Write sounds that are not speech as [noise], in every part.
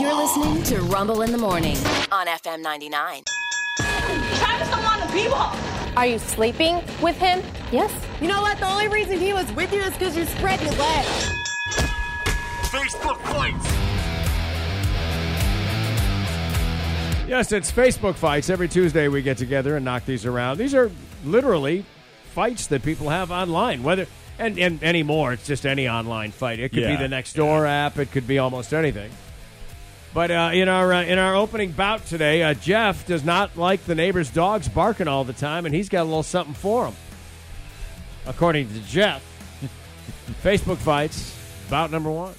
You're listening to Rumble in the Morning on FM 99. Travis don't want to be with. Are you sleeping with him? Yes. You know what? The only reason he was with you is because you spread your legs. Facebook points. Yes, it's Facebook fights. Every Tuesday we get together and knock these around. These are literally fights that people have online, whether and, and anymore. It's just any online fight. It could Yeah, be the next door app. It could be almost anything. But uh, in our uh, in our opening bout today, uh, Jeff does not like the neighbor's dogs barking all the time, and he's got a little something for him. According to Jeff, [laughs] Facebook fights bout number one,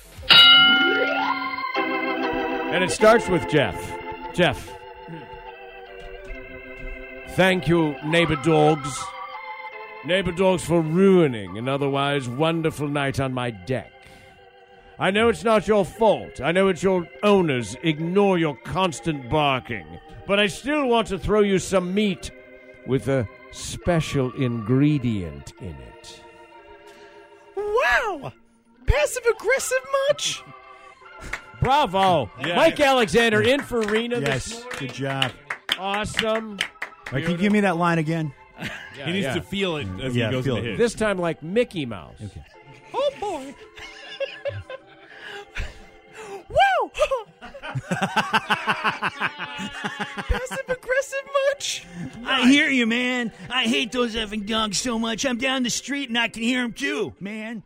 and it starts with Jeff. Jeff, thank you, neighbor dogs. Neighbor dogs for ruining an otherwise wonderful night on my deck. I know it's not your fault. I know it's your owners. Ignore your constant barking. But I still want to throw you some meat with a special ingredient in it. Wow! Passive aggressive much? Bravo! Yeah. Mike Alexander in for Rena this Yes, morning. good job. Awesome. All right, can you give me that line again? Yeah, He needs yeah. to feel it as Yeah, he goes feel to it. hit. This time like Mickey Mouse. Okay. oh boy! wow! Passive aggressive much? I hear you, man. I hate those effing dogs so much. I'm down the street and I can hear them too, man.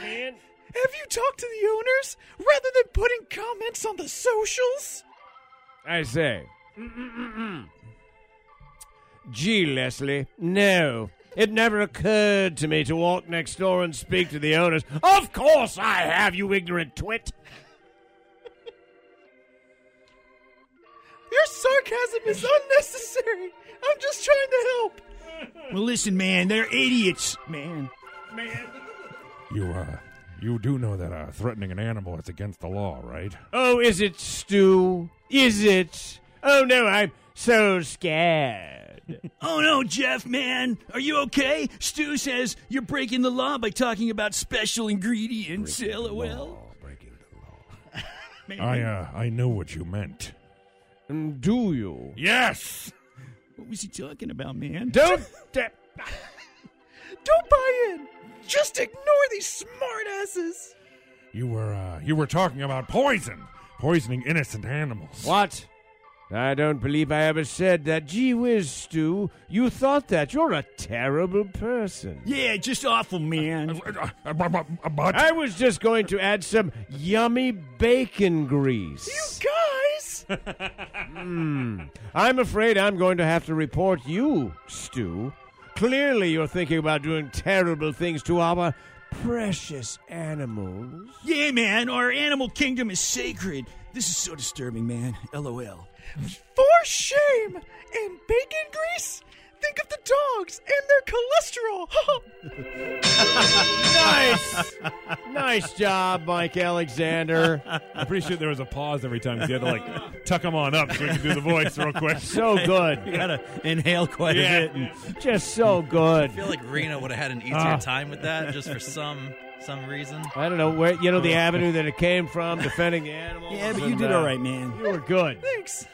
Have you talked to the owners rather than putting comments on the socials? I say. Gee, Leslie, no. It never occurred to me to walk next door and speak to the owners. Of course I have, you ignorant twit. Your sarcasm is unnecessary. I'm just trying to help. Well, listen, man, they're idiots, man. You, uh, you do know that uh, threatening an animal is against the law, right? Oh, is it Stu? Is it? Oh, no, I'm so scared. Oh no, Jeff, man, are you okay? Stu says you're breaking the law by talking about special ingredients. LOL. breaking the law. I, uh, I know what you meant. Mm, Do you? Yes! What was he talking about, man? Don't. Don't buy in. Just ignore these smart asses. You were, uh, you were talking about poison. Poisoning innocent animals. what? I don't believe I ever said that. Gee whiz, Stu, you thought that. You're a terrible person. Yeah, just awful, man. Uh, uh, bu- bu- uh, But I was just going to add some yummy bacon grease. Hmm. Guys, [laughs] I'm afraid I'm going to have to report you, Stu. Clearly, you're thinking about doing terrible things to our precious animals. Yeah, man, our animal kingdom is sacred. This is so disturbing, man. [laughs] LOL. for shame and bacon grease. Think of the dogs and their cholesterol. [laughs] [laughs] Nice! nice job, Mike Alexander. I'm pretty sure there was a pause every time. 'cause You had to, like, tuck him on up so we could do the voice real [laughs] quick. So You good. gotta inhale quite Yeah. a bit. And, Just so good. I feel like Rena would have had an easier time with that just for some some reason. I don't know where, you [laughs] know, the avenue that it came from, defending the animals. yeah, but you and, did uh, all right, man. You were good. Thanks.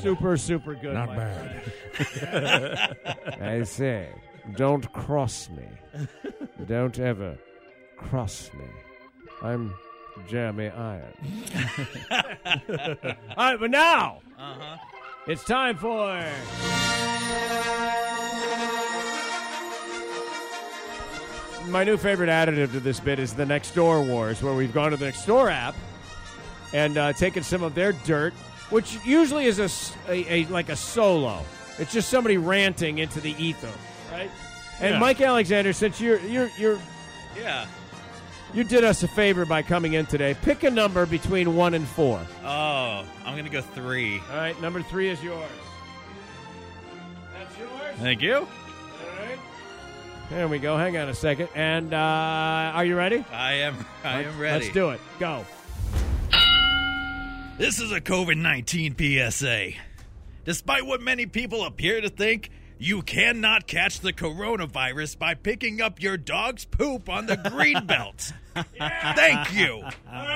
Super, super good. Not Mike. bad. I say, don't cross me. Don't ever cross me. I'm Jeremy Irons. All right, but now it's time for. My new favorite additive to this bit is the Next Door Wars, where we've gone to the Next Door app and uh, taken some of their dirt, which usually is a, s- a- a- like a solo. It's just somebody ranting into the ether, right? And Yeah. Mike Alexander, since you're you're you're Yeah. you did us a favor by coming in today, pick a number between one and four. Oh, I'm gonna go three. All right, number three is yours. That's yours. Thank you. All right. There we go. Hang on a second. And uh, are you ready? I am I am ready. Let's do it. Go. This is a COVID 19 PSA. Despite what many people appear to think, You cannot catch the coronavirus by picking up your dog's poop on the green [laughs] belt. Thank you. Yeah,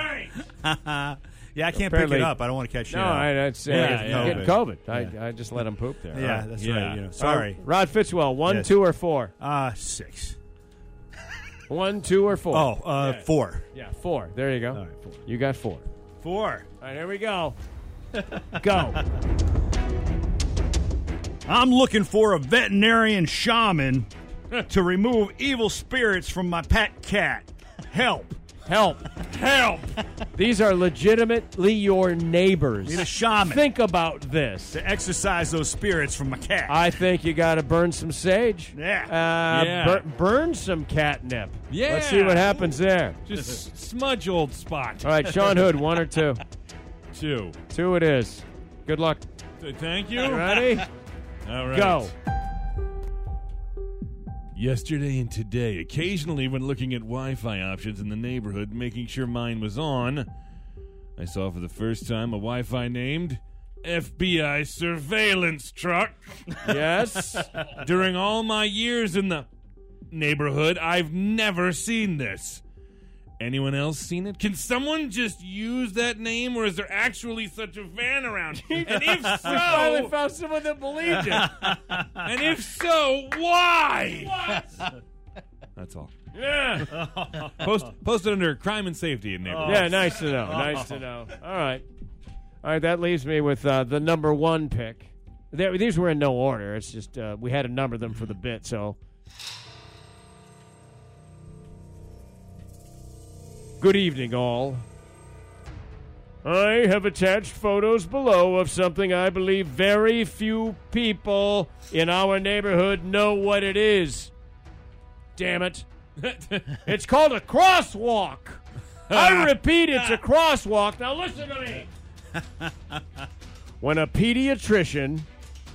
I can't Apparently- pick it up. I don't want to catch shit. No, up. I, that's uh, Yeah, yeah, yeah. getting COVID. I, I just let him poop there. yeah, Right. that's Yeah. right. You know, Uh, sorry. Rod Fitzwell, one, Yes. two, or four? Uh, six. One, two, or four? Oh, uh, four. yeah, four. There you go. All right, four. You got four. Four. All right, here we go. [laughs] go. I'm looking for a [laughs] veterinarian shaman to remove evil spirits from my pet cat. Help. Help. Help. These are legitimately your neighbors. Need a shaman. Think about this. to exorcise those spirits from my cat. I think you got to burn some sage. Yeah. Uh, Yeah. bur- burn some catnip. Yeah. Let's see what happens there. Just smudge old spot. All right, Sean Hood, one or two? Two. Two it is. Good luck. Thank you. [laughs] Ready? All right. Go. Yesterday and today, occasionally when looking at Wi Fi options in the neighborhood, making sure mine was on, I saw for the first time a Wi Fi named FBI [laughs] Surveillance Truck. Yes. During all my years in the neighborhood, I've never seen this. Anyone else seen it? Can someone just use that name, or is there actually such a [laughs] van around? And if Finally so, found someone that believed it. and if so, why? That's all. Yeah. Post post it under crime and safety in Oh. neighborhood. Yeah, nice to know. Nice to know. All right. All right, that leaves me with uh, the number one pick. There, these were in no order. It's just uh, we had to number them for the bit, so. Good evening, all. I have attached photos below of something I believe very few people in our neighborhood know what it is. Damn it. [laughs] it's called a crosswalk. [laughs] I repeat, it's a crosswalk. Now listen to me. [laughs] when a pediatrician,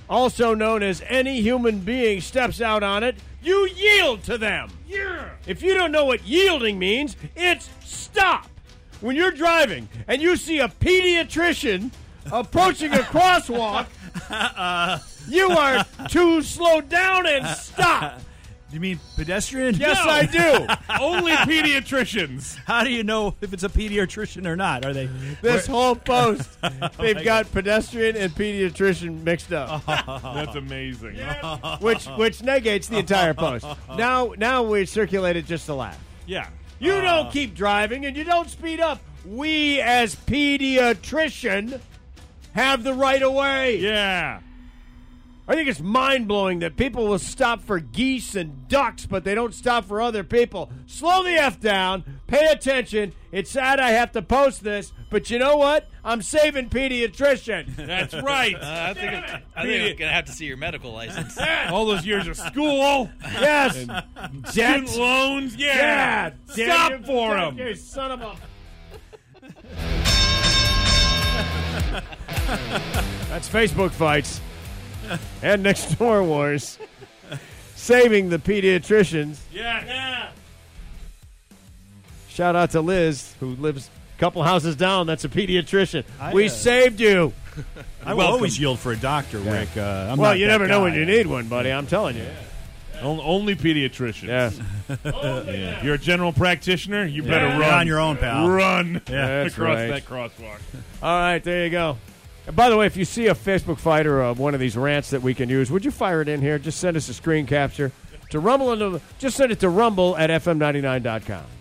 also known as any human being, steps out on it, you yield to them. Yeah. If you don't know what yielding means, it's stop. When you're driving and you see a pediatrician approaching a [laughs] crosswalk, you are too slow down and [laughs] stop. you mean pedestrian? Yes, I do. [laughs] Only pediatricians. How do you know if it's a pediatrician or not? Are they? this whole [laughs] post. Oh They've got pedestrian and pediatrician mixed up, [laughs] That's amazing. which which negates the entire post. [laughs] Now now we circulate it just to laugh. Yeah. You don't keep driving and you don't speed up. We as pediatrician have the right of way. Yeah. I think it's mind blowing that people will stop for geese and ducks, but they don't stop for other people. Slow the F down. Pay attention. It's sad I have to post this, but you know what? I'm saving pediatrician. That's [laughs] right. I think, I'm, I think I'm gonna have to see your medical license. [laughs] All those years [laughs] of school, Yes. student loans. Yeah. Stop for them. You son of a. [laughs] That's Facebook fights and next door wars. Saving the pediatricians. Yeah. Yeah. Shout out to Liz, who lives a couple houses down. That's a pediatrician. we saved you. uh, I will always yield for a doctor, Rick. Uh, I'm Well, not you that never know guy. when you need one, buddy. I'm telling you. On- Only pediatricians. You're a general practitioner. You better You're run on your own, pal. Run That's across right. that crosswalk. All right, there you go. And by the way, if you see a Facebook fight or uh, one of these rants that we can use, would you fire it in here? Just send us a screen capture to Rumble. And, just send it to rumble at fm99.com.